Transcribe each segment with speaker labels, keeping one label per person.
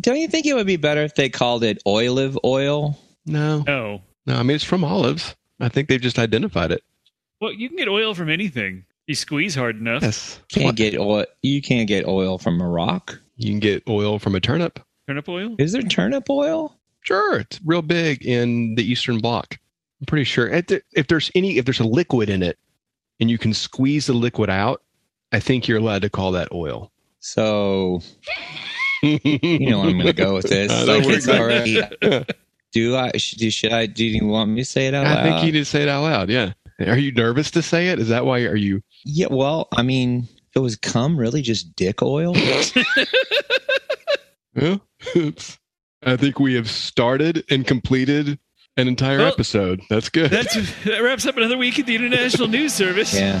Speaker 1: Don't you think it would be better if they called it olive oil?
Speaker 2: No,
Speaker 3: No.
Speaker 2: no. I mean, it's from olives. I think they've just identified it.
Speaker 3: Well, you can get oil from anything. You squeeze hard enough.
Speaker 2: Yes.
Speaker 1: Can't
Speaker 2: What?
Speaker 1: get oil. You can't get oil from a rock.
Speaker 2: You can get oil from a turnip.
Speaker 3: Turnip oil?
Speaker 1: Is there turnip oil?
Speaker 2: Sure, it's real big in the Eastern Bloc. I'm pretty sure. If there- If there's any, if there's a liquid in it, and you can squeeze the liquid out, I think you're allowed to call that oil.
Speaker 1: So
Speaker 2: you
Speaker 1: you know where I'm going to go with this.
Speaker 2: I know
Speaker 1: like
Speaker 2: where
Speaker 1: it's
Speaker 2: you're
Speaker 1: already. Do I? Should, do- should I? Do you want me to say it out
Speaker 2: I
Speaker 1: loud?
Speaker 2: think you need to say it out loud. Yeah. Are you nervous to say it? Is that why? Are you?
Speaker 1: Yeah. Well, I mean, it was cum really just dick oil.
Speaker 2: Huh? Oops. I think we have started and completed an entire
Speaker 3: Well,
Speaker 2: episode. That's good.
Speaker 3: That's, that wraps up another week at the International News Service.
Speaker 1: yeah.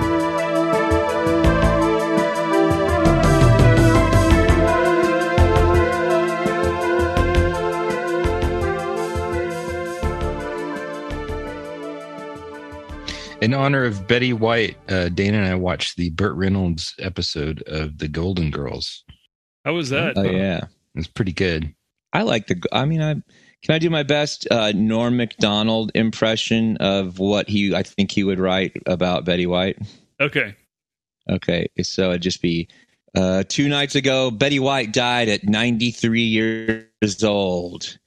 Speaker 4: In honor of Betty White, uh, Dana and I watched the Burt Reynolds episode of The Golden Girls.
Speaker 3: How was that?
Speaker 1: Oh yeah.
Speaker 4: It was pretty good.
Speaker 1: I like the. I mean, I can I do my best uh, Norm Macdonald impression of what he I think he would write about Betty White.
Speaker 3: Okay.
Speaker 1: Okay, so it'd just be uh, two nights ago. Betty White died at 93 years old.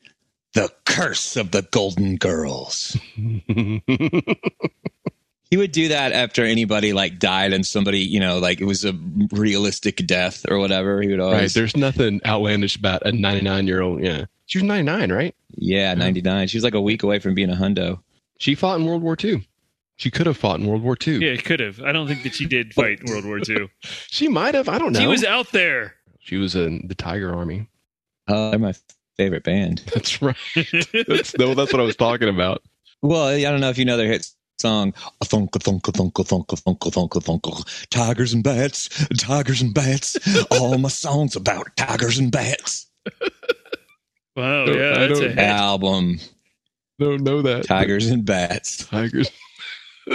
Speaker 1: The curse of the Golden Girls. He would do that after anybody like died and somebody you know like it was a realistic death or whatever. He would
Speaker 2: right.
Speaker 1: always
Speaker 2: There's nothing outlandish about a 99 year old. Yeah. She was 99, right?
Speaker 1: yeah 99. She was like a week away from being a hundo.
Speaker 2: She fought in World War II. She could have fought in World War II.
Speaker 3: Yeah, it could have. I don't think that she did fight in World War II.
Speaker 2: She might have. I don't know.
Speaker 3: She was out there.
Speaker 2: she was in the Tiger Army.
Speaker 1: Uh, they're my favorite band.
Speaker 2: That's right. That's, no, that's what I was talking about.
Speaker 1: Well, I don't know if you know their hit song, a thunk a thunk a thunk a thunk a thunk a thunk a thunk a tigers and bats, tigers and bats. All my songs about tigers and bats.
Speaker 3: Wow,
Speaker 2: No,
Speaker 3: yeah,
Speaker 2: I
Speaker 3: that's a
Speaker 2: don't-
Speaker 3: heck.
Speaker 1: Album
Speaker 2: Don't know that.
Speaker 1: Tigers and Bats.
Speaker 2: Tigers.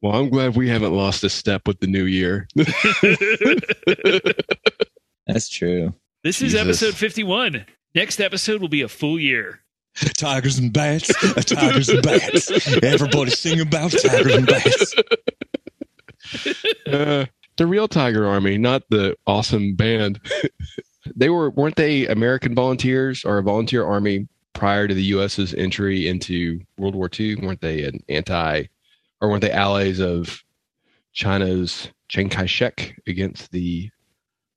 Speaker 2: well, I'm glad we haven't lost a step with the new year.
Speaker 1: That's true.
Speaker 3: this is
Speaker 4: Jesus.
Speaker 3: episode 51. Next episode will be a full year.
Speaker 1: Tigers and bats, tigers and bats. Everybody sing about tigers and bats.
Speaker 2: Uh, the real Tiger Army, not the awesome band. they were weren't they American volunteers or a volunteer army prior to the U.S.'s entry into World War II? Weren't they an anti, or weren't they allies of China's Chiang Kai-shek against the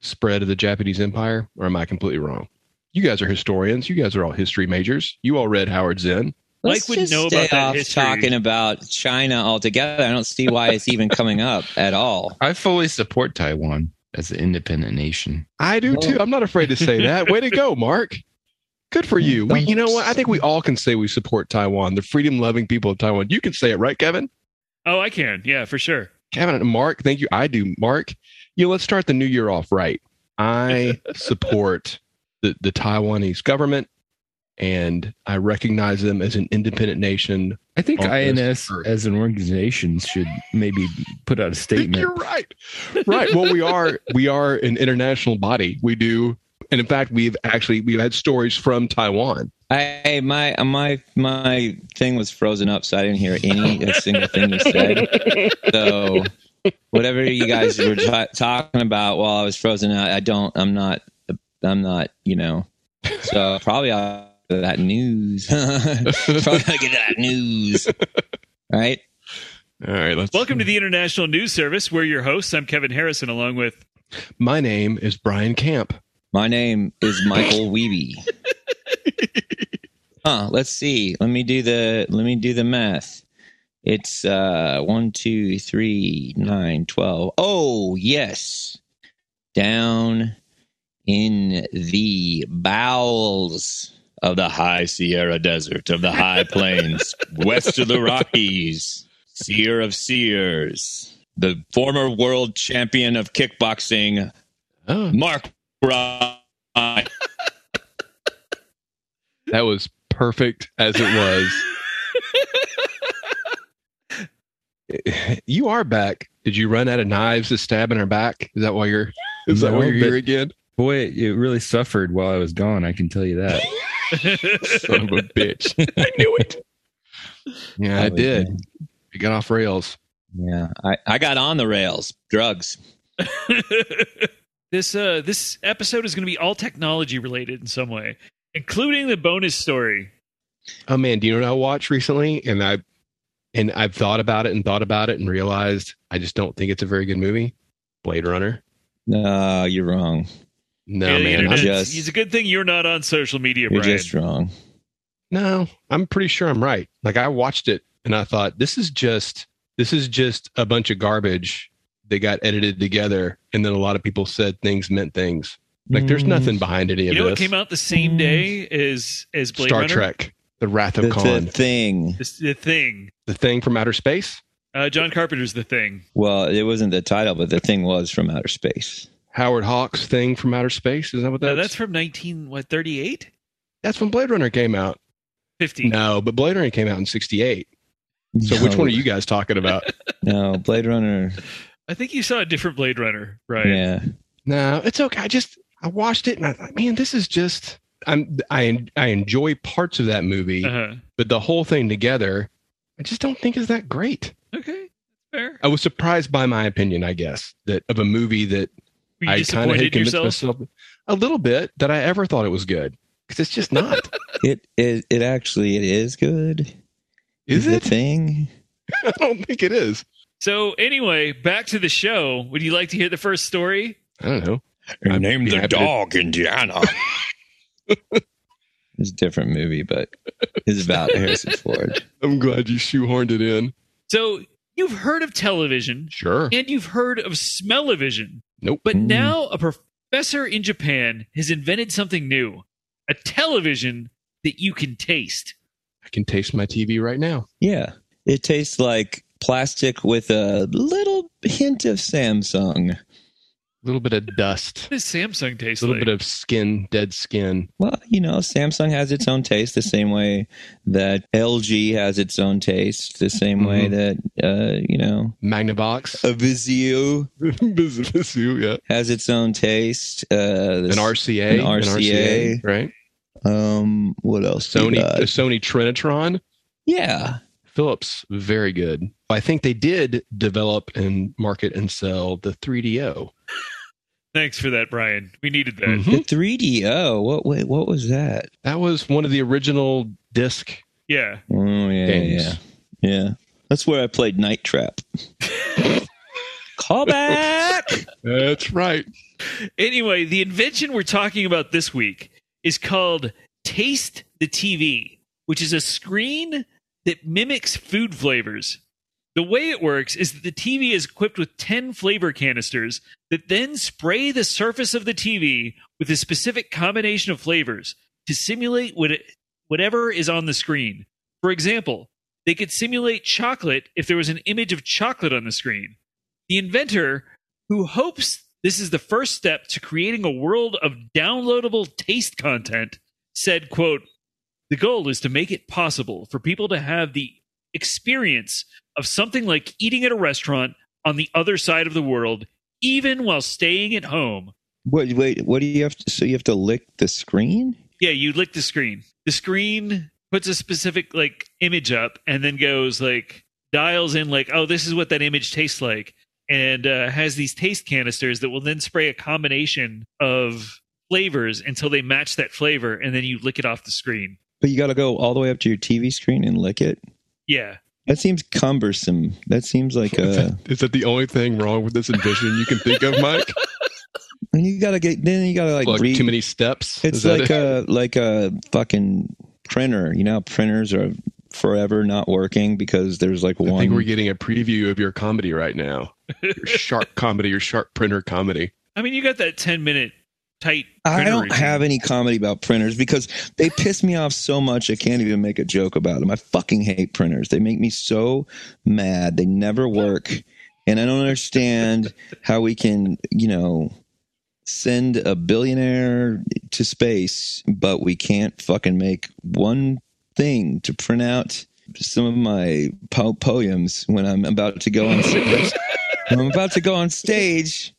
Speaker 2: spread of the Japanese Empire? Or am I completely wrong? You guys are historians. You guys are all history majors. You all read Howard Zinn.
Speaker 1: Let's
Speaker 3: Mike wouldn't
Speaker 1: just
Speaker 3: know
Speaker 1: stay
Speaker 3: about that
Speaker 1: off
Speaker 3: history.
Speaker 1: talking about China altogether. I don't see why it's even coming up at all.
Speaker 4: I fully support Taiwan as an independent nation.
Speaker 2: I do too. I'm not afraid to say that. Way to go, Mark. Good for you. We, you know what? I think we all can say we support Taiwan, the freedom loving people of Taiwan. You can say it, right, Kevin?
Speaker 3: Oh, I can. Yeah, for sure.
Speaker 2: Kevin and Mark, thank you. I do, Mark. You know, let's start the new year off right. I support the, the Taiwanese government and I recognize them as an independent nation.
Speaker 4: I think
Speaker 2: Oh,
Speaker 4: INS
Speaker 2: that's-
Speaker 4: as an organization should maybe put out a
Speaker 2: I think
Speaker 4: statement.
Speaker 2: you're right. Right. Well, we are we are an international body. We do and in fact we've actually we've had stories from Taiwan.
Speaker 1: I my my my thing was frozen up, so I didn't hear any single thing you said. So whatever you guys were ta talking about while I was frozen out, I don't. I'm not. I'm not. You know. So probably out of that news. probably gotta get that news. Right.
Speaker 2: All right, let's
Speaker 3: Welcome to the International News Service. We're your hosts. I'm Kevin Harrison, along with
Speaker 2: My name is Brian Camp.
Speaker 1: My name is Michael Weeby. Huh, let's see. Let me do the let me do the math. It's uh one, two, three, nine, twelve. Oh yes. down in the bowels of the high Sierra Desert, of the high plains, west of the Rockies, seer of seers, the former world champion of kickboxing,
Speaker 2: Oh,
Speaker 1: Mark Ryan.
Speaker 2: that was perfect as it was. you are back. Did you run out of knives to stab in her back? Is that why you're? Is that
Speaker 4: No,
Speaker 2: why you're here
Speaker 4: but-
Speaker 2: again?
Speaker 4: Boy, it really suffered while I was gone. I can tell you that.
Speaker 2: Son of a bitch! I knew it. Yeah, I
Speaker 4: Probably,
Speaker 2: did.
Speaker 4: man.
Speaker 2: It got off rails.
Speaker 1: Yeah, I, I got on the rails, drugs.
Speaker 3: this uh this episode is going to be all technology related in some way, including the bonus story.
Speaker 2: Oh man, do you know what I watched recently? And I and I've thought about it and thought about it and realized I just don't think it's a very good movie. Blade Runner.
Speaker 1: No, you're wrong.
Speaker 2: No,
Speaker 3: Yeah, the
Speaker 2: man. I'm,
Speaker 3: internet's-
Speaker 1: just-
Speaker 3: it's a good thing you're not on social media,
Speaker 1: You're
Speaker 3: Brian.
Speaker 1: just wrong.
Speaker 2: no, I'm pretty sure I'm right. Like I watched it and I thought this is just this is just a bunch of garbage that got edited together and then a lot of people said things meant things. Like
Speaker 1: Mm.
Speaker 2: there's nothing behind any
Speaker 3: you
Speaker 2: of
Speaker 3: know what
Speaker 2: this.
Speaker 3: came out the same day as as Blade
Speaker 2: Star
Speaker 3: Runner?
Speaker 2: Trek, The Wrath of
Speaker 1: The, the
Speaker 2: Khan,
Speaker 1: thing.
Speaker 3: This, the thing.
Speaker 2: the thing from outer space.
Speaker 3: Uh, John Carpenter's the thing.
Speaker 1: Well, it wasn't the title, but the thing was from outer space.
Speaker 2: Howard Hawks thing from outer space. Is that what
Speaker 3: No,
Speaker 2: that's?
Speaker 3: that's from nineteen what thirty eight.
Speaker 2: that's when Blade Runner came out.
Speaker 3: 50.
Speaker 2: No, but Blade Runner came out in '68. So which one are you guys talking about?
Speaker 1: No, Blade Runner.
Speaker 3: I think you saw a different Blade Runner, right?
Speaker 1: Yeah,
Speaker 2: no, it's okay. I just I watched it and I thought, man, this is just I'm I I enjoy parts of that movie,
Speaker 3: Uh-huh.
Speaker 2: but the whole thing together, I just don't think is that great.
Speaker 3: Okay, fair.
Speaker 2: I was surprised by my opinion, I guess, that of a movie that
Speaker 3: Were
Speaker 2: I
Speaker 3: you
Speaker 2: kind of
Speaker 3: disappointed
Speaker 2: had
Speaker 3: in
Speaker 2: convinced
Speaker 3: yourself?
Speaker 2: myself a little bit that I ever thought it was good because it's just not.
Speaker 1: it it it actually it is good.
Speaker 2: is
Speaker 1: The
Speaker 2: it?
Speaker 1: thing?
Speaker 2: I don't think it is.
Speaker 3: So anyway, back to the show. Would you like to hear the first story?
Speaker 2: I don't know. I'd
Speaker 1: Name
Speaker 2: be happy to-
Speaker 1: Indiana. it's a different movie, but it's about Harrison Ford.
Speaker 2: I'm glad you shoehorned it in.
Speaker 3: So you've heard of television
Speaker 2: Sure.
Speaker 3: and you've heard of smell-o-vision,
Speaker 2: Nope. Mm-hmm.
Speaker 3: but
Speaker 1: Mm.
Speaker 3: now a professor in Japan has invented something new. A television that you can taste.
Speaker 2: I can taste my TV right now.
Speaker 1: Yeah, it tastes like plastic with a little hint of Samsung.
Speaker 2: A little bit of dust.
Speaker 3: What does Samsung taste
Speaker 2: a little
Speaker 3: like?
Speaker 2: bit of skin, dead skin.
Speaker 1: Well, you know, Samsung has its own taste the same way that LG has its own taste, the same way
Speaker 2: Mm-hmm.
Speaker 1: that, uh, you know,
Speaker 2: Magnavox,
Speaker 1: a Vizio
Speaker 2: Visu, yeah.
Speaker 1: has its own taste. Uh,
Speaker 2: An
Speaker 1: this-
Speaker 2: RCA,
Speaker 1: an RCA.
Speaker 2: right?
Speaker 1: Um, what else?
Speaker 2: Sony,
Speaker 1: we
Speaker 2: a
Speaker 1: got?
Speaker 2: Sony Trinitron,
Speaker 1: Yeah.
Speaker 2: Philips, very good. I think they did develop and market and sell the 3DO.
Speaker 3: Thanks for that, Brian. We needed that.
Speaker 2: Mhm.
Speaker 1: The 3DO. What? Wait, what was that?
Speaker 2: That was one of the original disc.
Speaker 3: Yeah.
Speaker 1: Oh yeah,
Speaker 2: Games.
Speaker 1: yeah, yeah. That's where I played Night Trap. Call back.
Speaker 2: That's right.
Speaker 3: Anyway, the invention we're talking about this week is called Taste the TV, which is a screen that mimics food flavors. The way it works is that the TV is equipped with 10 flavor canisters that then spray the surface of the TV with a specific combination of flavors to simulate what it, whatever is on the screen. For example, they could simulate chocolate if there was an image of chocolate on the screen. The inventor who hopes this is the first step to creating a world of downloadable taste content said quote the goal is to make it possible for people to have the experience of something like eating at a restaurant on the other side of the world even while staying at home
Speaker 1: Wait, wait. What do you have? To, so you have to lick the screen?
Speaker 3: yeah you lick the screen the screen puts a specific like image up and then goes like dials in like oh this is what that image tastes like and uh, has these taste canisters that will then spray a combination of flavors until they match that flavor and then you lick it off the screen
Speaker 1: But you got to go all the way up to your TV screen and lick it.
Speaker 3: yeah
Speaker 1: That seems cumbersome. That seems like uh,
Speaker 2: Is
Speaker 1: a.
Speaker 2: that- is that the only thing wrong with this invention you can think of, Mike?
Speaker 1: and you got to get. Then you got to like,
Speaker 2: Like
Speaker 1: read.
Speaker 2: too many steps?
Speaker 1: it's
Speaker 2: Is that
Speaker 1: like
Speaker 2: it?
Speaker 1: a like a fucking printer. You know, how printers are forever not working because there's like
Speaker 2: I think we're
Speaker 1: one.
Speaker 2: getting a preview of your comedy right now. Your sharp comedy, your sharp printer comedy.
Speaker 3: I mean, you got that ten minute tight.
Speaker 1: I
Speaker 3: printer
Speaker 1: don't
Speaker 3: review.
Speaker 1: have any comedy about printers because they piss me off so much I can't even make a joke about them. I fucking hate printers. They make me so mad. They never work. And I don't understand how we can, you know, send a billionaire to space, but we can't fucking make one thing to print out some of my po- poems when I'm about to go on stage. When I'm about to go on stage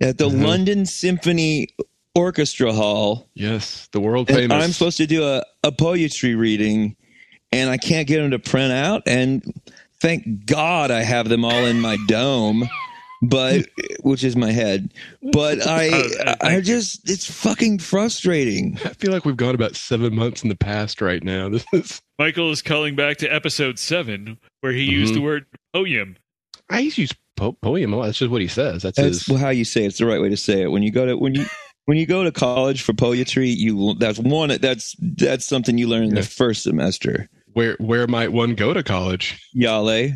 Speaker 1: at the
Speaker 2: Mhm.
Speaker 1: London Symphony Orchestra Hall,
Speaker 2: Yes, the world
Speaker 1: and
Speaker 2: famous.
Speaker 1: I'm supposed to do a, a poetry reading, and I can't get them to print out. And thank God I have them all in my dome, but which is my head. But I, I just it's fucking frustrating.
Speaker 2: I feel like we've gone about seven months in the past right now. This is.
Speaker 3: Michael is calling back to episode seven where he used
Speaker 2: Mhm.
Speaker 3: the word poem.
Speaker 2: I used to use po- poem. a lot. That's just what he says. That's,
Speaker 1: That's
Speaker 2: his.
Speaker 1: how you say it. it's the right way to say it. When you go to when you. When you go to college for poetry, you that's one that's that's something you learn in the
Speaker 2: Yeah.
Speaker 1: first semester. eh?
Speaker 2: Where where might one go to college?
Speaker 1: Yale,
Speaker 2: Uh,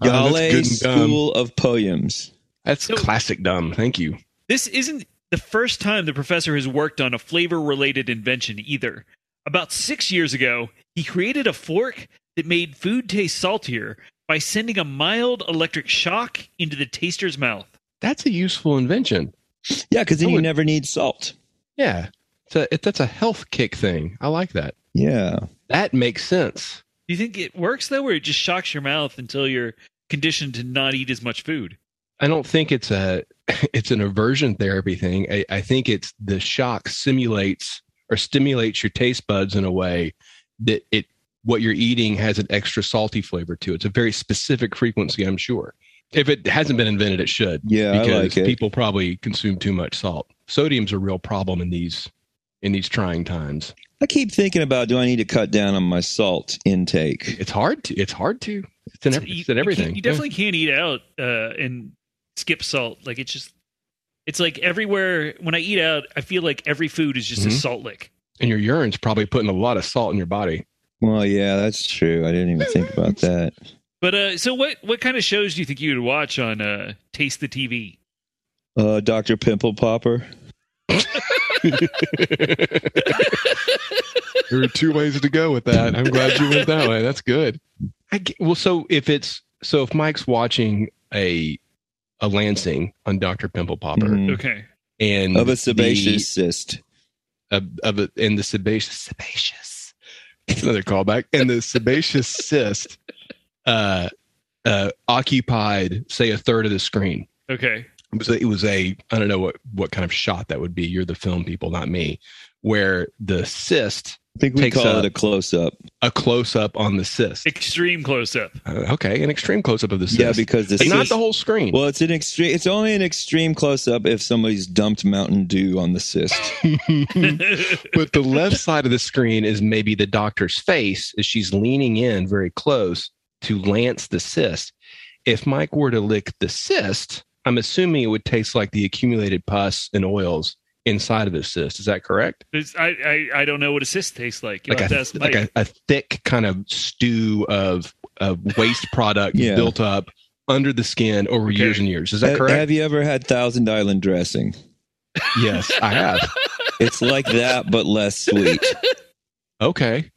Speaker 2: Ah, that's
Speaker 1: Yale
Speaker 2: good and dumb.
Speaker 1: eh, School of Poems.
Speaker 2: That's
Speaker 3: So-
Speaker 2: classic dumb. Thank you.
Speaker 3: This isn't the first time the professor has worked on a flavor related invention either. About six years ago, he created a fork that made food taste saltier by sending a mild electric shock into the taster's mouth.
Speaker 2: That's a useful invention.
Speaker 1: Yeah, because then
Speaker 2: I
Speaker 1: you
Speaker 2: would-
Speaker 1: never need salt.
Speaker 2: Yeah, it's a, it, that's a health kick thing. I like that.
Speaker 1: Yeah.
Speaker 2: That makes sense.
Speaker 3: Do you think it works though, where it just shocks your mouth until you're conditioned to not eat as much food?
Speaker 2: I don't think it's a it's an aversion therapy thing. I, I think it's the shock simulates or stimulates your taste buds in a way that it what you're eating has an extra salty flavor to it. It's a very specific frequency, I'm sure. If it hasn't been invented, it should
Speaker 1: Yeah, I
Speaker 2: because
Speaker 1: like it.
Speaker 2: people probably consume too much salt. Sodium's a real problem in these in these trying times.
Speaker 1: I keep thinking about do I need to cut down on my salt intake?
Speaker 2: It's hard to it's hard to it's in, ev-
Speaker 3: You-
Speaker 2: it's in
Speaker 3: you
Speaker 2: everything.
Speaker 3: can't- You, definitely can't eat out uh, and skip salt. Like it's just, it's like everywhere. When I eat out, I feel like every food is just a
Speaker 2: Mhm.
Speaker 3: salt lick.
Speaker 2: and your urine's probably putting a lot of salt in your body.
Speaker 1: Well, yeah, that's true. I didn't even think about that.
Speaker 3: But uh, so what? What kind of shows do you think you would watch on uh, Taste the TV?
Speaker 1: Uh, Dr. Pimple Popper.
Speaker 2: there are two ways to go with that. I'm glad you went that way. That's good. I ge- well, so if it's so if Mike's watching a a Lansing on Doctor Pimple Popper
Speaker 1: Mhm.
Speaker 3: Okay,
Speaker 2: and
Speaker 1: Of a
Speaker 2: the-
Speaker 1: sebaceous cyst.
Speaker 2: of, of a, and the sebaceous sebaceous another callback and the sebaceous cyst uh, uh, occupied say a third of the screen.
Speaker 3: okay.
Speaker 2: it was a, it was a I don't know what what kind of shot that would be. You're the film people, not me. Where the cyst,
Speaker 1: I think we
Speaker 2: Takes
Speaker 1: call
Speaker 2: a-
Speaker 1: it a close up.
Speaker 2: a close up on the cyst.
Speaker 3: Extreme close up.
Speaker 2: Uh, okay, an extreme close up of the cyst.
Speaker 1: Yeah, because the
Speaker 2: But not
Speaker 1: cyst.
Speaker 2: the whole screen.
Speaker 1: Well, it's an extreme. It's only an extreme close up if somebody's dumped Mountain Dew on the cyst.
Speaker 2: but the left side of the screen is maybe the doctor's face as she's leaning in very close to lance the cyst. If Mike were to lick the cyst, I'm assuming it would taste like the accumulated pus and oils inside of the cyst. Is that correct?
Speaker 3: It's- I, I I don't know what a cyst tastes like. You'll
Speaker 2: like
Speaker 3: have to
Speaker 2: a,
Speaker 3: ask
Speaker 2: like
Speaker 3: Mike.
Speaker 2: a, a thick kind of stew of, of waste product
Speaker 1: Yeah.
Speaker 2: built up under the skin over
Speaker 3: Okay.
Speaker 2: years and years. Is that
Speaker 1: Ha-
Speaker 2: correct?
Speaker 1: Have you ever had Thousand Island dressing?
Speaker 2: yes, I have.
Speaker 1: It's like that, but less sweet.
Speaker 2: Okay.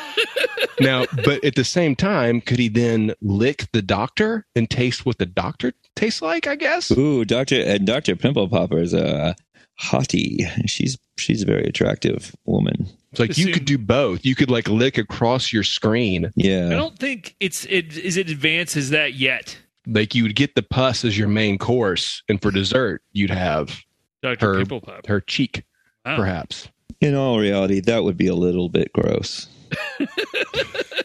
Speaker 2: now, but at the same time, could he then lick the doctor and taste what the doctor tastes like? I guess.
Speaker 1: Ooh, Doctor and Doctor Pimple Popper is a hottie. She's she's a very attractive woman.
Speaker 2: It's like you could do both. You could like lick across your screen.
Speaker 3: I
Speaker 1: Yeah,
Speaker 3: don't think it's it is it advanced as that yet.
Speaker 2: Like you would get the pus as your main course, and for dessert, you'd have
Speaker 3: Doctor
Speaker 2: Her-
Speaker 3: Pimple Pop.
Speaker 2: her cheek,
Speaker 3: Wow.
Speaker 2: perhaps.
Speaker 1: in all reality, that would be a little bit gross.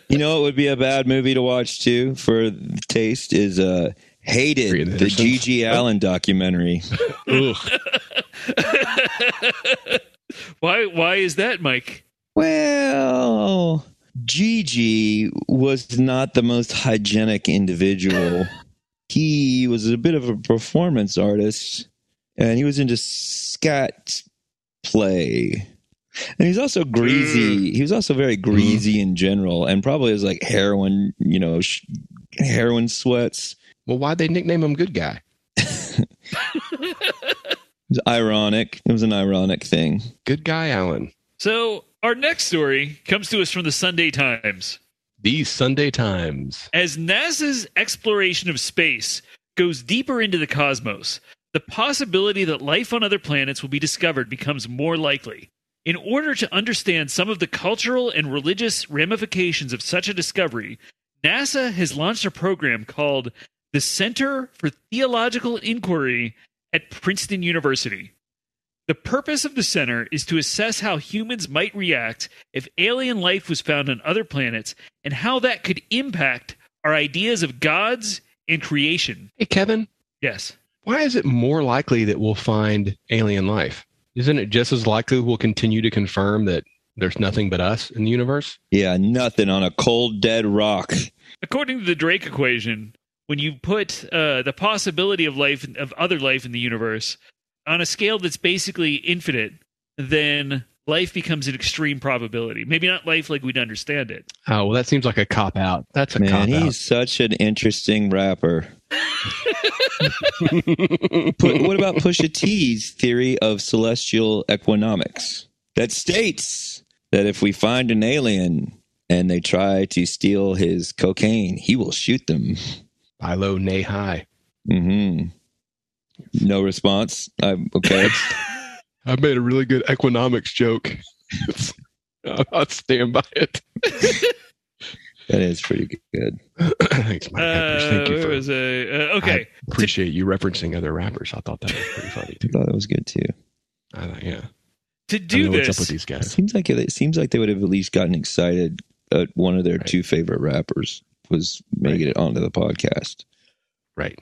Speaker 1: you know, it would be a bad movie to watch too for taste is uh
Speaker 2: Brian
Speaker 1: hated the
Speaker 2: Henderson.
Speaker 1: Gigi Allen documentary.
Speaker 2: Ugh.
Speaker 3: why why is that, Mike?
Speaker 1: Well, Gigi was not the most hygienic individual. he was a bit of a performance artist and he was into scat play. And he's also greasy.
Speaker 2: Mm.
Speaker 1: He was also very
Speaker 2: Mm-hmm.
Speaker 1: greasy in general and probably was like heroin, you know, sh- heroin sweats.
Speaker 2: Well, why'd they nickname him Good Guy?
Speaker 1: It's ironic. It was an ironic thing.
Speaker 2: Good Guy Allen.
Speaker 3: So, our next story comes to us from the Sunday Times.
Speaker 2: The Sunday Times.
Speaker 3: As NASA's exploration of space goes deeper into the cosmos, the possibility that life on other planets will be discovered becomes more likely. In order to understand some of the cultural and religious ramifications of such a discovery, NASA has launched a program called the Center for Theological Inquiry at Princeton University. The purpose of the center is to assess how humans might react if alien life was found on other planets and how that could impact our ideas of gods and creation.
Speaker 2: Hey, Kevin,
Speaker 3: Yes.
Speaker 2: why is it more likely that we'll find alien life? Isn't it just as likely we'll continue to confirm that there's nothing but us in the universe?
Speaker 1: Yeah, nothing on a cold dead rock.
Speaker 3: According to the Drake equation, when you put uh, the possibility of life of other life in the universe on a scale that's basically infinite, then life becomes an extreme probability. Maybe not life like we'd understand it.
Speaker 2: Oh, well, that seems like a cop out. That's a
Speaker 1: Man,
Speaker 2: cop
Speaker 1: he's
Speaker 2: out.
Speaker 1: such an interesting rapper. Put, what about Pusha T's theory of celestial economics that states that if we find an alien and they try to steal his cocaine, he will shoot them.
Speaker 2: Buy low, nay high.
Speaker 1: hmm No response. I'm okay.
Speaker 2: I made a really good economics joke. I'll stand by it.
Speaker 1: that is pretty good.
Speaker 2: Thanks, Mike. Peppers. Thank you
Speaker 3: Uh,
Speaker 2: for
Speaker 3: where was I? Uh, okay.
Speaker 2: appreciate you referencing other rappers. I thought that was pretty
Speaker 1: I
Speaker 2: funny too.
Speaker 1: thought that was good too.
Speaker 2: I thought, yeah,
Speaker 3: to
Speaker 2: I
Speaker 3: do
Speaker 2: don't know what's up with
Speaker 3: this,
Speaker 2: these
Speaker 1: It
Speaker 2: guys?
Speaker 1: seems like it, seems like they would have at least gotten excited at one of their two favorite rappers was making it onto the podcast.
Speaker 2: Right.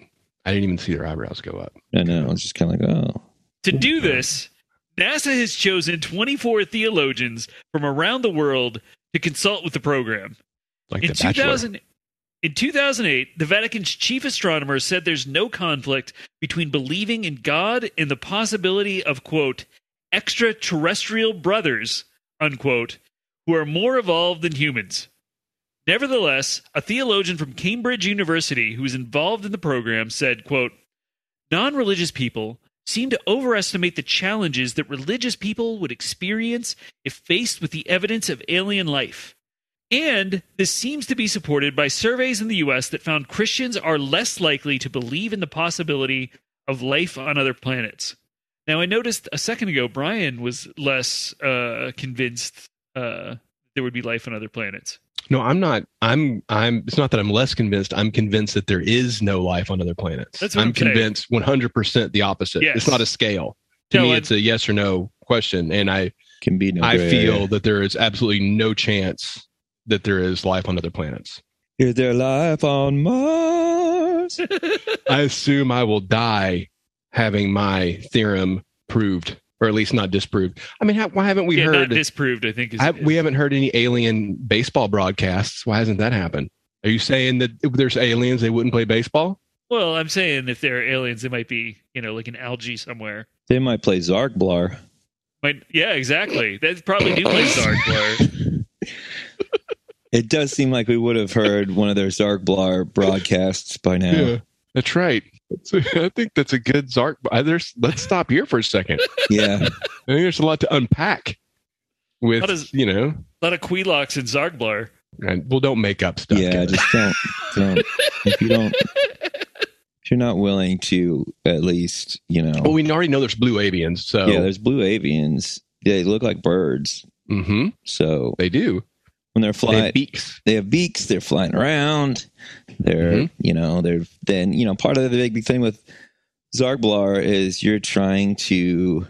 Speaker 2: I didn't even see their eyebrows go up.
Speaker 1: I know. It's just kind of like, oh,
Speaker 3: to do this, NASA has chosen 24 theologians from around the world to consult with the program.
Speaker 2: Like
Speaker 3: in
Speaker 2: the Bachelor.
Speaker 3: 2000 in 2008 the vatican's chief astronomer said there's no conflict between believing in god and the possibility of quote extraterrestrial brothers unquote who are more evolved than humans nevertheless a theologian from cambridge university who was involved in the program said quote non-religious people seem to overestimate the challenges that religious people would experience if faced with the evidence of alien life and this seems to be supported by surveys in the US that found Christians are less likely to believe in the possibility of life on other planets. Now, I noticed a second ago, Brian was less uh, convinced uh, there would be life on other planets.
Speaker 2: No, I'm not. I'm. I'm. It's not that I'm less convinced. I'm convinced that there is no life on other planets.
Speaker 3: That's what
Speaker 2: I'm
Speaker 3: I'm saying.
Speaker 2: convinced 100 percent the opposite.
Speaker 3: Yes.
Speaker 2: It's not a scale. To
Speaker 3: No,
Speaker 2: me,
Speaker 3: I-
Speaker 2: it's a yes or no question, and I
Speaker 1: can be no.
Speaker 2: I
Speaker 1: gray
Speaker 2: feel
Speaker 1: area.
Speaker 2: that there is absolutely no chance that there is life on other planets.
Speaker 1: is there life on Mars?
Speaker 2: I assume I will die having my theorem proved, or at least not disproved. I mean, how, why haven't we
Speaker 3: yeah,
Speaker 2: heard?
Speaker 3: not disproved, I think. Is,
Speaker 2: I, we
Speaker 3: is-
Speaker 2: haven't heard any alien baseball broadcasts. Why hasn't that happened? Are you saying that if there's aliens, they wouldn't play baseball?
Speaker 3: well, I'm saying if there are aliens, they might be, you know, like an algae somewhere.
Speaker 1: they might play Zarkblar.
Speaker 3: Might, yeah, exactly. They probably do play Zarkblar.
Speaker 1: It does seem like we would have heard one of their Zarkblar broadcasts by now. Yeah.
Speaker 2: that's right. So I think that's a good Zark. I- There's, let's stop here for a second. I think there's a lot to unpack with,
Speaker 3: How does-
Speaker 2: you know,
Speaker 3: a lot of Quelox and Zarkblar.
Speaker 2: and well, don't make up stuff.
Speaker 1: Yeah,
Speaker 2: Kevin.
Speaker 1: just don't, don't. If you don't, if you're not willing to, at least you know.
Speaker 2: well, Oh, we already know there's blue avians. So,
Speaker 1: Yeah, there's blue avians. They look like birds.
Speaker 2: hmm
Speaker 1: So
Speaker 2: they do.
Speaker 1: when they're
Speaker 2: They
Speaker 1: flying,
Speaker 2: have beaks.
Speaker 1: they have beaks they're flying around they're
Speaker 2: Mm-hmm.
Speaker 1: you know they're then you know part of the big, big thing with zargblar is you're trying to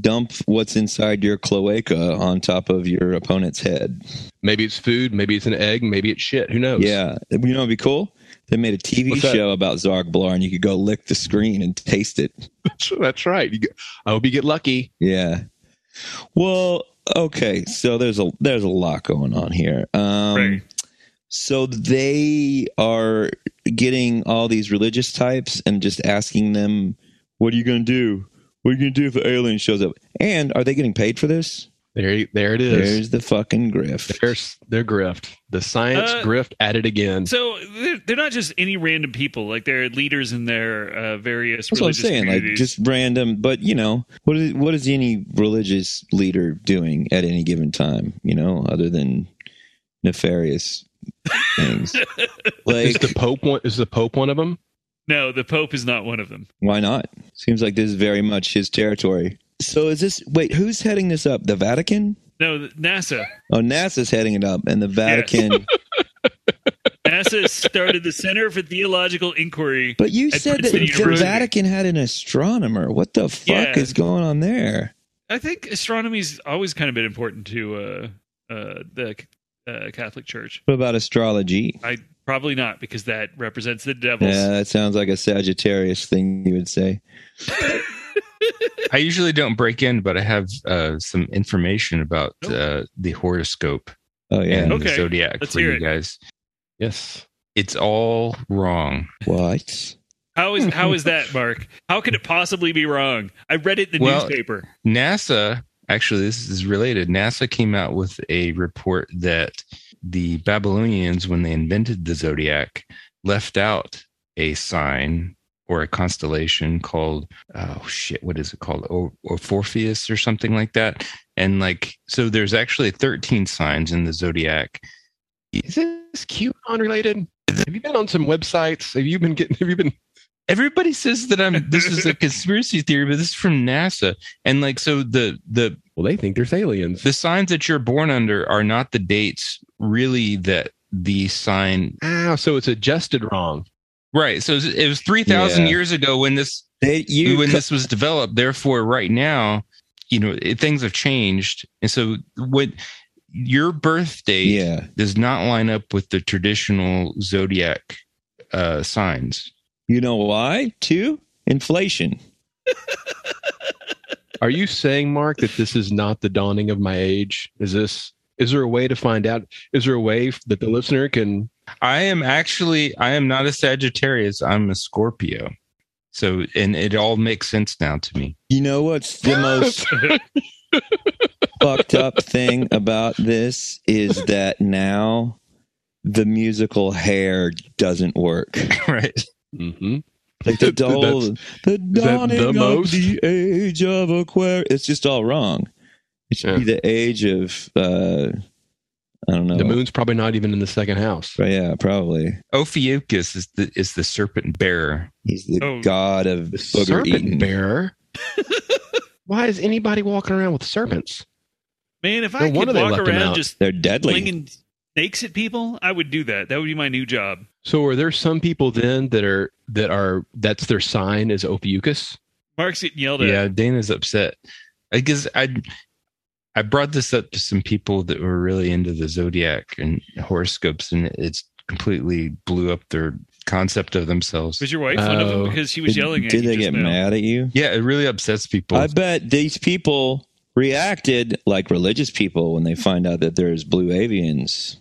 Speaker 1: dump what's inside your cloaca on top of your opponent's head
Speaker 2: Maybe it's food. Maybe it's an egg. Maybe it's shit. Who knows?
Speaker 1: yeah you know it'd be cool they made a tv
Speaker 2: What's that?
Speaker 1: show about zargblar and you could go lick the screen and taste it
Speaker 2: that's right. You go, I hope you get lucky.
Speaker 1: yeah well okay so there's a there's a lot going on here um
Speaker 3: Right.
Speaker 1: So they are getting all these religious types and just asking them, "What are you going to do? What are you going to do if an alien shows up?" And are they getting paid for this?
Speaker 2: There, there it is.
Speaker 1: There's the fucking grift.
Speaker 2: There's their grift. The science
Speaker 3: Uh,
Speaker 2: grift at it again.
Speaker 3: So they're, they're not just any random people. Like they're leaders in their uh, various.
Speaker 1: That's what I'm
Speaker 3: religious
Speaker 1: saying. Like
Speaker 3: communities.
Speaker 1: just random, but you know, what is what is any religious leader doing at any given time? You know, other than nefarious things.
Speaker 2: is
Speaker 1: like,
Speaker 2: the Pope one? Is the Pope one of them?
Speaker 3: no, the Pope is not one of them.
Speaker 1: why not? Seems like this is very much his territory. So is this? Wait, who's heading this up? The Vatican?
Speaker 3: No, the- NASA.
Speaker 1: Oh, NASA's heading it up, and the Vatican.
Speaker 3: NASA started the Center for Theological Inquiry.
Speaker 1: But you
Speaker 3: At
Speaker 1: said that
Speaker 3: Princeton
Speaker 1: the
Speaker 3: University.
Speaker 1: Vatican had an astronomer. What the fuck
Speaker 3: Yeah.
Speaker 1: is going on there?
Speaker 3: I think astronomy's always kind of been important to uh, uh, the uh, Catholic Church.
Speaker 1: What about astrology?
Speaker 3: I probably not because that represents the devils.
Speaker 1: Yeah, that sounds like a Sagittarius thing you would say.
Speaker 4: I usually don't break in, but I have uh, some information about
Speaker 3: Nope.
Speaker 4: uh, the horoscope
Speaker 1: Oh yeah.
Speaker 4: and
Speaker 3: Okay,
Speaker 4: the zodiac
Speaker 3: let's
Speaker 4: for
Speaker 3: hear
Speaker 4: you
Speaker 3: it.
Speaker 4: guys.
Speaker 2: Yes.
Speaker 4: It's all wrong.
Speaker 1: What?
Speaker 3: How is how is that, Mark? How could it possibly be wrong? I read it in the
Speaker 4: Well-
Speaker 3: newspaper.
Speaker 4: NASA, actually, this is related. NASA came out with a report that the Babylonians, when they invented the zodiac, left out a sign or a constellation called, oh shit, what is it called? Or, or Orpheus or something like that. And like, so there's actually 13 signs in the zodiac.
Speaker 2: Is this QAnon related? Have you been on some websites? Have you been getting? Have you been?
Speaker 4: everybody says that I'm this is a conspiracy theory, but this is from NASA. And like so the the
Speaker 2: Well, they think there's aliens.
Speaker 4: the signs that you're born under are not the dates really that the sign
Speaker 2: Ah, so it's adjusted wrong.
Speaker 4: right. So it was- it was three thousand
Speaker 1: Yeah.
Speaker 4: years ago when this
Speaker 1: They, you
Speaker 4: when
Speaker 1: co-
Speaker 4: this was developed. Therefore, right now, you know it, things have changed, and so what your birth date
Speaker 1: yeah.
Speaker 4: does not line up with the traditional zodiac uh, signs.
Speaker 1: You know why? Two inflation.
Speaker 2: Are you saying, Mark, that this is not the dawning of my age? Is this? Is there a way to find out? Is there a way f- that the listener can?
Speaker 4: I am actually I am not a Sagittarius, I'm a Scorpio. So and it all makes sense now to me.
Speaker 1: You know what's the most fucked up thing about this is that now the musical hair doesn't work.
Speaker 4: right.
Speaker 2: Mm-hmm.
Speaker 1: Like the dole, the dawning
Speaker 2: the
Speaker 1: of
Speaker 2: most?
Speaker 1: the age of Aquarius. It's just all wrong. It should
Speaker 2: Yeah.
Speaker 1: be the age of uh, I don't know.
Speaker 2: The moon's probably not even in the second house.
Speaker 1: But yeah, probably.
Speaker 4: Ophiuchus is the is the serpent bearer.
Speaker 1: He's the
Speaker 3: Oh.
Speaker 1: god of
Speaker 2: The
Speaker 1: booger
Speaker 2: serpent
Speaker 1: eating.
Speaker 2: bearer. Why is anybody walking around with serpents?
Speaker 3: Man, if I
Speaker 2: No
Speaker 3: could
Speaker 2: wonder they
Speaker 3: walk
Speaker 2: left him
Speaker 3: around
Speaker 2: out.
Speaker 3: just
Speaker 1: They're deadly.
Speaker 3: flinging snakes at people, I would do that. That would be my new job.
Speaker 2: So are there some people then that are that are that's their sign is Ophiuchus?
Speaker 3: Mark's getting yelled at.
Speaker 4: Yeah, Dana's upset. I guess I I brought this up to some people that were really into the zodiac and horoscopes and it's completely blew up their concept of themselves.
Speaker 3: Was your wife one of them
Speaker 2: Oh.
Speaker 3: because she was yelling at
Speaker 1: Did
Speaker 3: you
Speaker 1: they
Speaker 3: just
Speaker 1: get
Speaker 3: now.
Speaker 1: mad at you?
Speaker 4: Yeah, it really upsets people.
Speaker 1: I bet these people reacted like religious people when they find out that there's blue avians.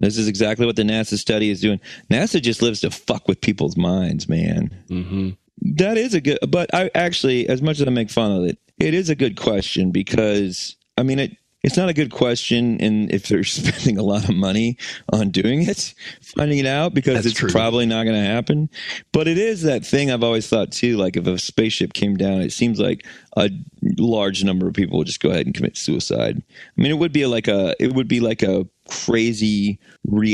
Speaker 1: This is exactly what the NASA study is doing. NASA just lives to fuck with people's minds, man.
Speaker 2: Mm-hmm.
Speaker 1: That is a good, but I actually, as much as I make fun of it, it is a good question because I mean it. It's not a good question, and if they're spending a lot of money on doing it, finding it out because
Speaker 2: That's
Speaker 1: it's
Speaker 2: true.
Speaker 1: probably not going to happen. But it is that thing I've always thought too. Like if a spaceship came down, it seems like a large number of people would just go ahead and commit suicide. I mean, it would be like a it would be like a crazy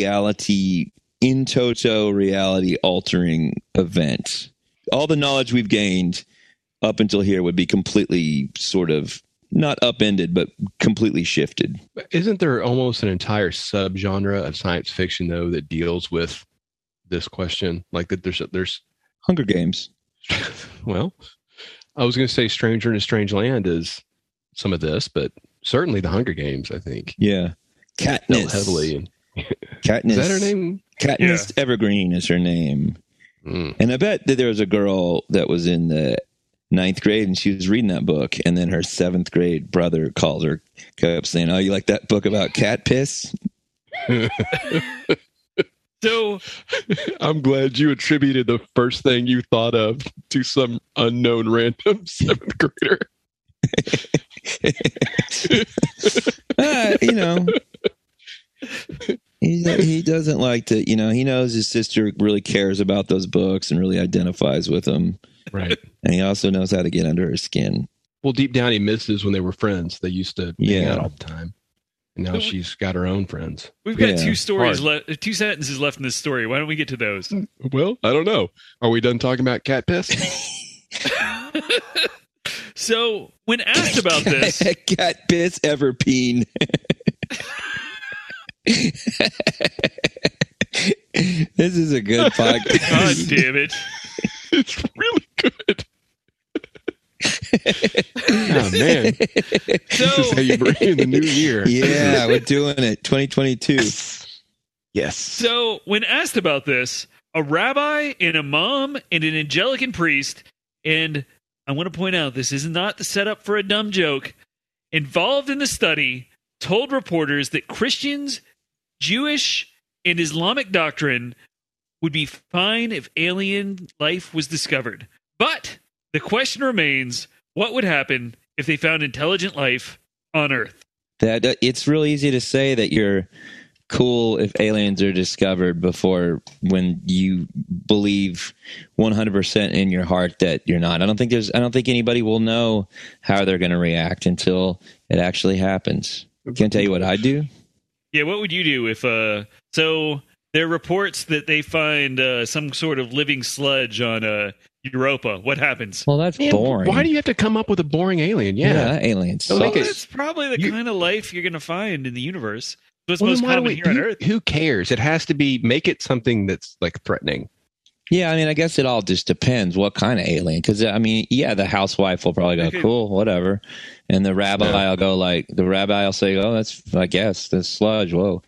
Speaker 1: reality in toto reality altering event. All the knowledge we've gained up until here would be completely sort of not upended, but completely shifted.
Speaker 2: Isn't there almost an entire subgenre of science fiction though that deals with this question? Like that there's there's
Speaker 1: Hunger Games.
Speaker 2: well, I was going to say Stranger in a Strange Land is some of this, but certainly The Hunger Games. I think
Speaker 1: Yeah.
Speaker 2: dealt
Speaker 1: Katniss.
Speaker 2: heavily. in-
Speaker 1: Katniss.
Speaker 2: Is that her name?
Speaker 1: Katniss Evergreen is her name.
Speaker 2: Mm.
Speaker 1: And I bet that there was a girl that was in the ninth grade and she was reading that book. And then her seventh grade brother called her up saying, Oh, you like that book about cat piss?
Speaker 3: So
Speaker 2: I'm glad you attributed the first thing you thought of to some unknown random seventh grader.
Speaker 1: Uh, you know, he he doesn't like to. You know, he knows his sister really cares about those books and really identifies with them,
Speaker 2: Right.
Speaker 1: and he also knows how to get under her skin.
Speaker 2: Well, deep down, he misses when they were friends. They used to hang
Speaker 1: Yeah.
Speaker 2: out all the time. And now
Speaker 3: Well,
Speaker 2: she's got her own friends.
Speaker 3: We've got
Speaker 1: Yeah,
Speaker 3: two stories left, two sentences left in this story. Why don't we get to those?
Speaker 1: Mm.
Speaker 2: Well, I don't know. Are we done talking about cat piss?
Speaker 3: So, when asked about this,
Speaker 1: cat piss ever peen. this is a good
Speaker 3: God
Speaker 1: podcast.
Speaker 3: damn it!
Speaker 2: it's really good. oh man, this is
Speaker 3: So,
Speaker 2: how you bring in the new year.
Speaker 1: yeah, we're doing it. 2022.
Speaker 4: Yes.
Speaker 3: so when asked about this, a rabbi, an imam, and an Anglican priest, and I want to point out this is not the setup for a dumb joke. Involved in the study, told reporters that Christians, Jewish, and Islamic doctrine would be fine if alien life was discovered. But the question remains: What would happen if they found intelligent life on Earth?
Speaker 1: That uh, it's real easy to say that you're cool if aliens are discovered before when you believe 100% in your heart that you're not. I don't think there's I don't think anybody will know how they're going to react until it actually happens. Can't tell you what I do.
Speaker 3: Yeah, what would you do if uh so there are reports that they find uh, some sort of living sludge on uh Europa. What happens?
Speaker 1: Well, that's
Speaker 2: Man,
Speaker 1: boring.
Speaker 2: Why do you have to come up with a boring alien?
Speaker 1: yeah,
Speaker 2: Yeah,
Speaker 1: aliens.
Speaker 2: Don't make
Speaker 3: Well,
Speaker 2: it-
Speaker 3: that's probably the
Speaker 2: you-
Speaker 3: kind of life you're going to find in the universe. So it's
Speaker 2: Well,
Speaker 3: most
Speaker 2: then why do
Speaker 3: common
Speaker 2: we-
Speaker 3: here on
Speaker 2: who,
Speaker 3: Earth.
Speaker 2: who cares? It has to be make it something that's like threatening.
Speaker 1: Yeah, I mean, I guess it all just depends what kind of alien. Because I mean, yeah, the housewife will probably go,
Speaker 3: Okay.
Speaker 1: "Cool, whatever," and the rabbi
Speaker 2: Yeah.
Speaker 1: will go like, the rabbi will say, "Oh, that's I guess that's sludge." Whoa,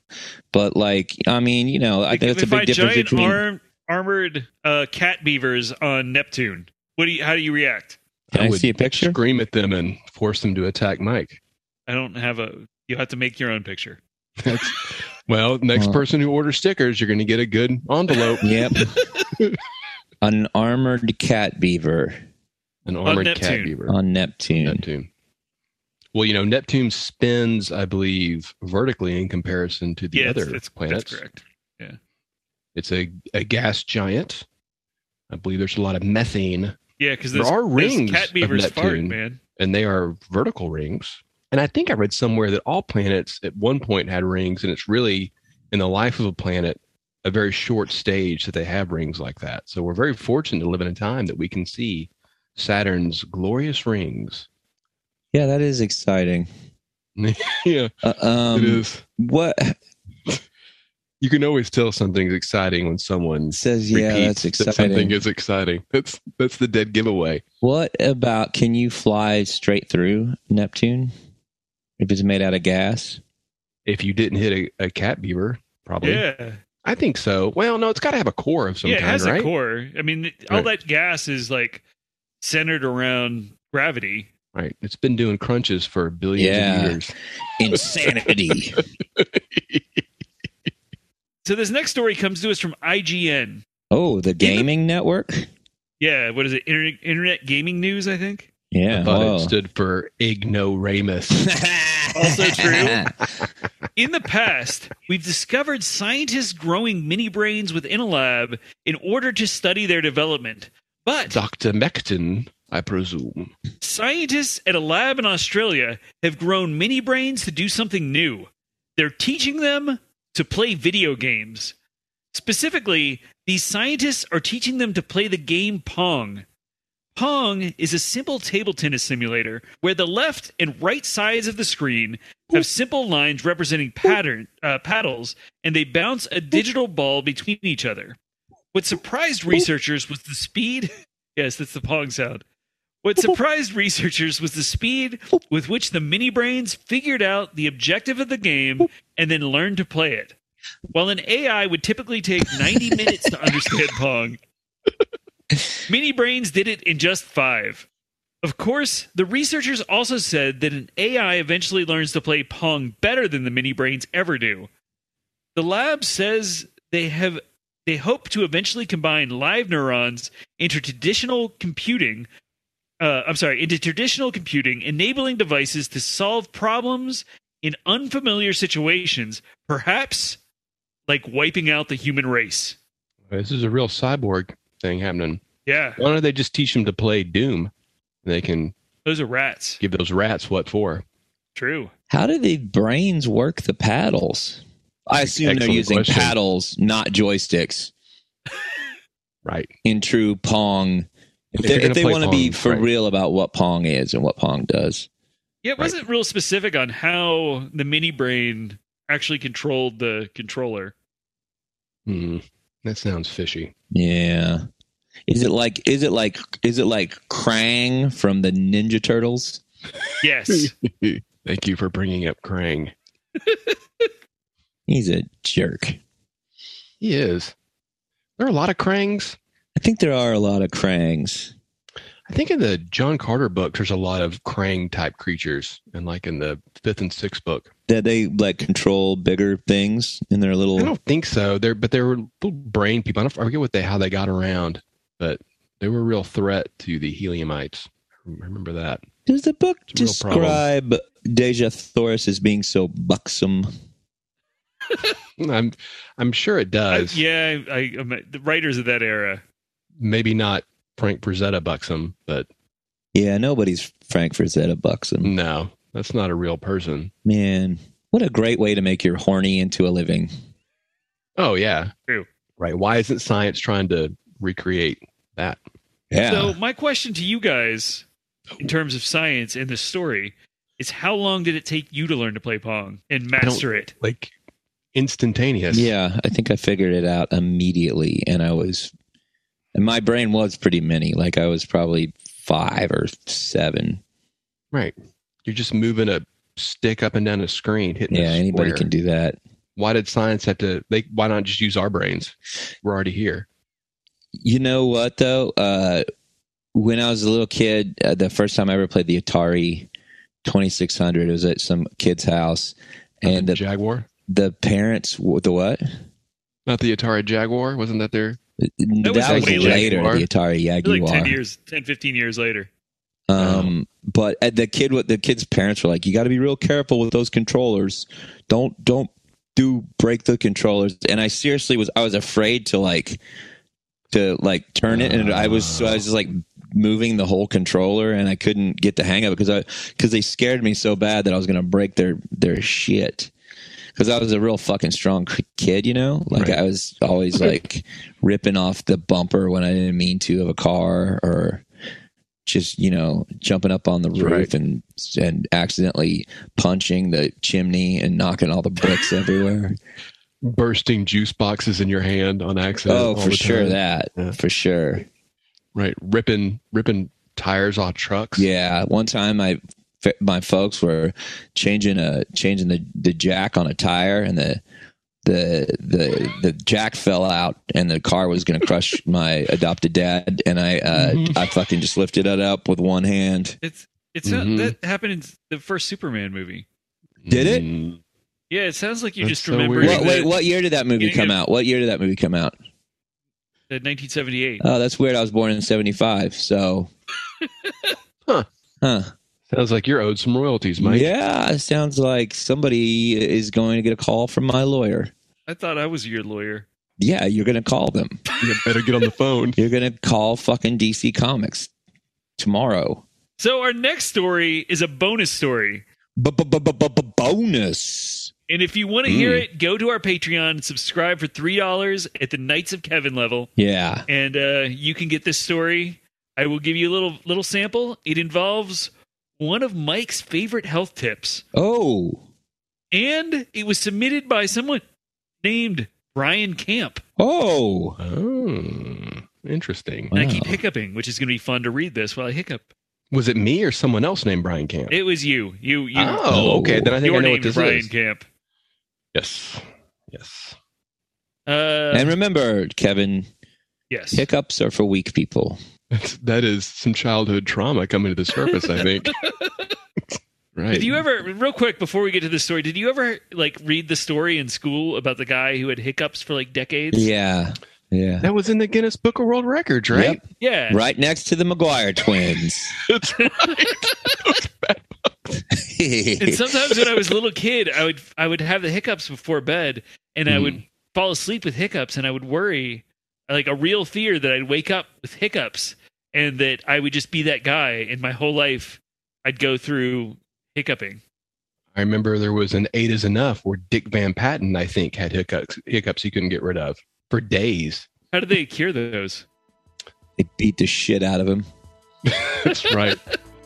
Speaker 1: but like, I mean, you know, I
Speaker 3: Like,
Speaker 1: think
Speaker 3: if
Speaker 1: that's a
Speaker 3: they
Speaker 1: big
Speaker 3: find
Speaker 1: difference
Speaker 3: giant
Speaker 1: between.
Speaker 3: arm, armored uh, cat beavers on Neptune. What do you? How do you react?
Speaker 1: Can I,
Speaker 2: would
Speaker 1: see a picture?
Speaker 2: Scream at them and force them to attack Mike.
Speaker 3: I don't have a. You have to make your own picture.
Speaker 2: That's- well, next
Speaker 1: Well.
Speaker 2: person who orders stickers, you're going to get a good envelope,
Speaker 1: Yep, an armored cat beaver
Speaker 2: an armored cat
Speaker 3: Neptune.
Speaker 2: beaver.
Speaker 1: on Neptune.
Speaker 2: Neptune. Well, you know, Neptune spins, I believe, vertically in comparison to the
Speaker 3: yeah,
Speaker 2: other
Speaker 3: that's, that's,
Speaker 2: planets.
Speaker 3: that's correct.
Speaker 2: It's a, a gas giant. I believe there's a lot of methane,
Speaker 3: Yeah, because
Speaker 2: There
Speaker 3: those,
Speaker 2: are
Speaker 3: those
Speaker 2: rings
Speaker 3: cat
Speaker 2: of
Speaker 3: beavers fart,
Speaker 2: Neptune.
Speaker 3: man.
Speaker 2: and they are vertical rings. And I think I read somewhere that all planets at one point had rings, and it's really in the life of a planet a very short stage that they have rings like that. So we're very fortunate to live in a time that we can see Saturn's glorious rings.
Speaker 1: Yeah, that is exciting.
Speaker 2: yeah,
Speaker 1: Uh, um,
Speaker 2: it is.
Speaker 1: What
Speaker 2: You can always tell something's exciting when someone
Speaker 1: says? Yeah,
Speaker 2: repeats
Speaker 1: that's
Speaker 2: That something
Speaker 1: exciting.
Speaker 2: is exciting. That's that's the dead giveaway.
Speaker 1: What about can you fly straight through Neptune if it's made out of gas?
Speaker 2: If you didn't hit a, a cat beaver, probably.
Speaker 3: Yeah,
Speaker 2: I think so. Well, no, it's got to have a core of some
Speaker 3: yeah,
Speaker 2: kind,
Speaker 3: it has
Speaker 2: right?
Speaker 3: a core. I mean, th- all that gas is like centered around gravity.
Speaker 2: Right. It's been doing crunches for billions
Speaker 1: Yeah.
Speaker 2: of years.
Speaker 1: Insanity.
Speaker 3: So this next story comes to us from IGN.
Speaker 1: oh, the gaming network?
Speaker 3: Yeah, what is it? Internet, Internet gaming news, I think.
Speaker 1: Yeah.
Speaker 2: I thought
Speaker 1: whoa.
Speaker 2: it stood for ignoramus.
Speaker 3: Also true. In the past, we've discovered scientists growing mini brains within a lab in order to study their development. But
Speaker 2: Dr. Mecton, I presume.
Speaker 3: Scientists at a lab in Australia have grown mini brains to do something new. They're teaching them to play video games. Specifically, these scientists are teaching them to play the game Pong. Pong is a simple table tennis simulator where the left and right sides of the screen have simple lines representing pattern uh, paddles, and they bounce a digital ball between each other. What surprised researchers was the speed. yes, that's the Pong sound. What surprised researchers was the speed with which the mini brains figured out the objective of the game and then learned to play it. While an AI would typically take 90 minutes to understand Pong, mini brains did it in just five. Of course, the researchers also said that an AI eventually learns to play Pong better than the mini brains ever do. The lab says they have they hope to eventually combine live neurons into traditional computing uh, I'm sorry, into traditional computing, enabling devices to solve problems in unfamiliar situations, perhaps like wiping out the human race.
Speaker 2: This is a real cyborg thing happening.
Speaker 3: Yeah,
Speaker 2: Why don't they just teach them to play Doom? They can
Speaker 3: those are rats.
Speaker 2: give those rats what for.
Speaker 3: True.
Speaker 1: How do the brains work the paddles? I
Speaker 2: That's
Speaker 1: assume
Speaker 2: an
Speaker 1: they're
Speaker 2: excellent
Speaker 1: using
Speaker 2: question.
Speaker 1: paddles, not joysticks,
Speaker 2: Right.
Speaker 1: in true Pong. If
Speaker 2: If you're
Speaker 1: they,
Speaker 2: gonna
Speaker 1: if they
Speaker 2: play
Speaker 1: want to be
Speaker 2: Pong,
Speaker 1: for
Speaker 2: right.
Speaker 1: real about what Pong is and what Pong does,
Speaker 3: Yeah, it
Speaker 2: Right.
Speaker 3: wasn't real specific on how the mini brain actually controlled the controller.
Speaker 2: Hmm. That sounds fishy.
Speaker 1: yeah. Is it like is it like is it like Krang from the Ninja Turtles?
Speaker 3: Yes.
Speaker 2: Thank you for bringing up Krang.
Speaker 1: He's a jerk.
Speaker 2: He is. There are a lot of Krangs.
Speaker 1: I think there are a lot of Krangs.
Speaker 2: I think in the John Carter book, there's a lot of Krang type creatures, and like in the fifth and sixth book.
Speaker 1: That they like control bigger things in their little
Speaker 2: I don't think so. They're but they were little brain people. I, don't, I forget what they how they got around, but they were a real threat to the Heliumites. I remember that.
Speaker 1: Does the book
Speaker 2: It's a real problem.
Speaker 1: describe Dejah Thoris as being so buxom?
Speaker 2: I'm I'm sure it
Speaker 3: I-
Speaker 2: does.
Speaker 3: yeah, I, I, I'm- the writers of that era.
Speaker 2: Maybe not Frank Frazetta buxom, but
Speaker 1: Yeah, nobody's Frank Frazetta buxom.
Speaker 2: no, that's not a real person.
Speaker 1: Man, what a great way to make your horny into a living.
Speaker 2: Oh yeah,
Speaker 3: True.
Speaker 2: Right? Why isn't science trying to recreate that?
Speaker 1: Yeah.
Speaker 3: So my question to you guys, in terms of science and the story, is how long did it take you to learn to play pong and master it?
Speaker 2: Like instantaneous.
Speaker 1: yeah, I think I figured it out immediately and I was and my brain was pretty many. Like I was probably 5 or 7.
Speaker 2: Right. You're just moving a stick up and down a screen, hitting.
Speaker 1: Yeah,
Speaker 2: a
Speaker 1: anybody
Speaker 2: square.
Speaker 1: can do that.
Speaker 2: Why did science have to? They why not just use our brains? We're already here.
Speaker 1: You know what though? Uh, when I was a little kid, uh, the first time I ever played the Atari 2600 was at some kid's house,
Speaker 2: Not
Speaker 1: and
Speaker 2: the
Speaker 1: the,
Speaker 2: Jaguar,
Speaker 1: the parents w- the what?
Speaker 2: not the Atari Jaguar, wasn't that there?
Speaker 1: That
Speaker 3: was
Speaker 1: was,
Speaker 3: way
Speaker 1: later.
Speaker 2: later.
Speaker 1: The Atari Jaguar.
Speaker 3: Like 10 years, 10, 15 years later.
Speaker 1: Um, but uh, the kid, what the kid's parents were like, you got to be real careful with those controllers. Don't don't do break the controllers. And I seriously was I was afraid to like to like turn it, and I was so I was just like moving the whole controller, and I couldn't get the hang of it because I because they scared me so bad that I was gonna break their their shit. Because I was a real fucking strong k- kid, you know. Like
Speaker 2: Right.
Speaker 1: I was always like ripping off the bumper when I didn't mean to of a car, or just you know jumping up on the roof
Speaker 2: Right.
Speaker 1: and and accidentally punching the chimney and knocking all the bricks everywhere.
Speaker 2: Bursting juice boxes in your hand on accident.
Speaker 1: oh,
Speaker 2: all
Speaker 1: for
Speaker 2: the
Speaker 1: sure
Speaker 2: time.
Speaker 1: that
Speaker 2: Yeah.
Speaker 1: for sure.
Speaker 2: Right, ripping ripping tires off trucks.
Speaker 1: Yeah, one time I my folks were changing a changing the the jack on a tire and the the the the jack fell out and the car was going to crush my adopted dad and I uh
Speaker 2: Mhm.
Speaker 1: I fucking just lifted it up with one hand.
Speaker 3: It's it's
Speaker 2: Mhm.
Speaker 3: not, that happened in the first Superman movie.
Speaker 1: Did it?
Speaker 2: Mm,
Speaker 3: Yeah, it sounds like you
Speaker 2: That's
Speaker 3: just
Speaker 2: so
Speaker 3: remember
Speaker 2: weird.
Speaker 1: What, wait, what year did that movie
Speaker 3: Beginning
Speaker 1: come
Speaker 3: of-
Speaker 1: out? What year did that movie come out?
Speaker 3: 1978.
Speaker 1: Oh, that's weird. I was born in 75. So,
Speaker 2: Huh.
Speaker 1: Huh.
Speaker 2: Sounds like you're owed some royalties, Mike.
Speaker 1: Yeah, it sounds like somebody is going to get a call from my lawyer.
Speaker 3: I thought I was your lawyer.
Speaker 1: Yeah, you're going to call them.
Speaker 2: You better get on the phone.
Speaker 1: You're going to call fucking DC Comics tomorrow.
Speaker 3: So our next story is a bonus story.
Speaker 1: Bonus.
Speaker 3: And if you want to hear it, go to our Patreon and subscribe for $3 at the Knights of Kevin level.
Speaker 1: Yeah.
Speaker 3: and uh, you can get this story. I will give you a little little sample. It involves one of Mike's favorite health tips,
Speaker 1: Oh.
Speaker 3: and it was submitted by someone named Brian Camp.
Speaker 1: Oh.
Speaker 2: Oh, interesting.
Speaker 3: And I
Speaker 1: Wow.
Speaker 3: keep hiccuping, which is going to be fun to read this while I hiccup.
Speaker 2: Was it me or someone else named Brian Camp?
Speaker 3: It was you, you, you.
Speaker 2: oh, okay. Then I think
Speaker 3: your
Speaker 2: I know
Speaker 3: name
Speaker 2: what
Speaker 3: is
Speaker 2: this
Speaker 3: Brian
Speaker 2: is.
Speaker 3: Camp.
Speaker 2: Yes. Yes.
Speaker 3: Uh,
Speaker 1: And remember, Kevin,
Speaker 3: yes,
Speaker 1: hiccups are for weak people.
Speaker 2: That's, that is some childhood trauma coming to the surface, I think. right.
Speaker 3: Did you ever, real quick, before we get to this story, did you ever like read the story in school about the guy who had hiccups for like decades?
Speaker 1: Yeah. Yeah.
Speaker 2: That was in the Guinness Book of World Records, right?
Speaker 1: Yep,
Speaker 3: Yeah.
Speaker 1: right next to the McGuire twins.
Speaker 3: And sometimes when I was a little kid, I would I would have the hiccups before bed, and I
Speaker 1: Mm.
Speaker 3: would fall asleep with hiccups, and I would worry, like a real fear that I'd wake up with hiccups, and that I would just be that guy, and my whole life I'd go through hiccuping.
Speaker 2: I remember there was an Eight is Enough where Dick Van Patten, I think, had hiccups, hiccups he couldn't get rid of for days.
Speaker 3: How do they cure those?
Speaker 1: they beat the shit out of him.
Speaker 2: That's right.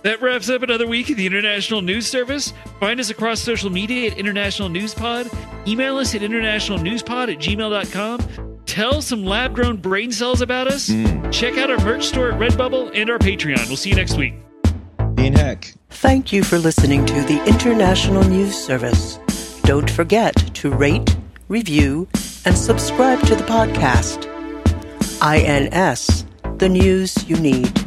Speaker 3: That wraps up another week of the International News Service. Find us across social media at International News Pod. Email us at internationalnewspod at gmail.com. Tell some lab grown brain cells about us.
Speaker 1: Mm.
Speaker 3: Check out our merch store at Redbubble and our Patreon. We'll see you next week.
Speaker 1: Dean Heck.
Speaker 5: Thank you for listening to the International News Service. Don't forget to rate, review, and subscribe to the podcast. INS, the news you need.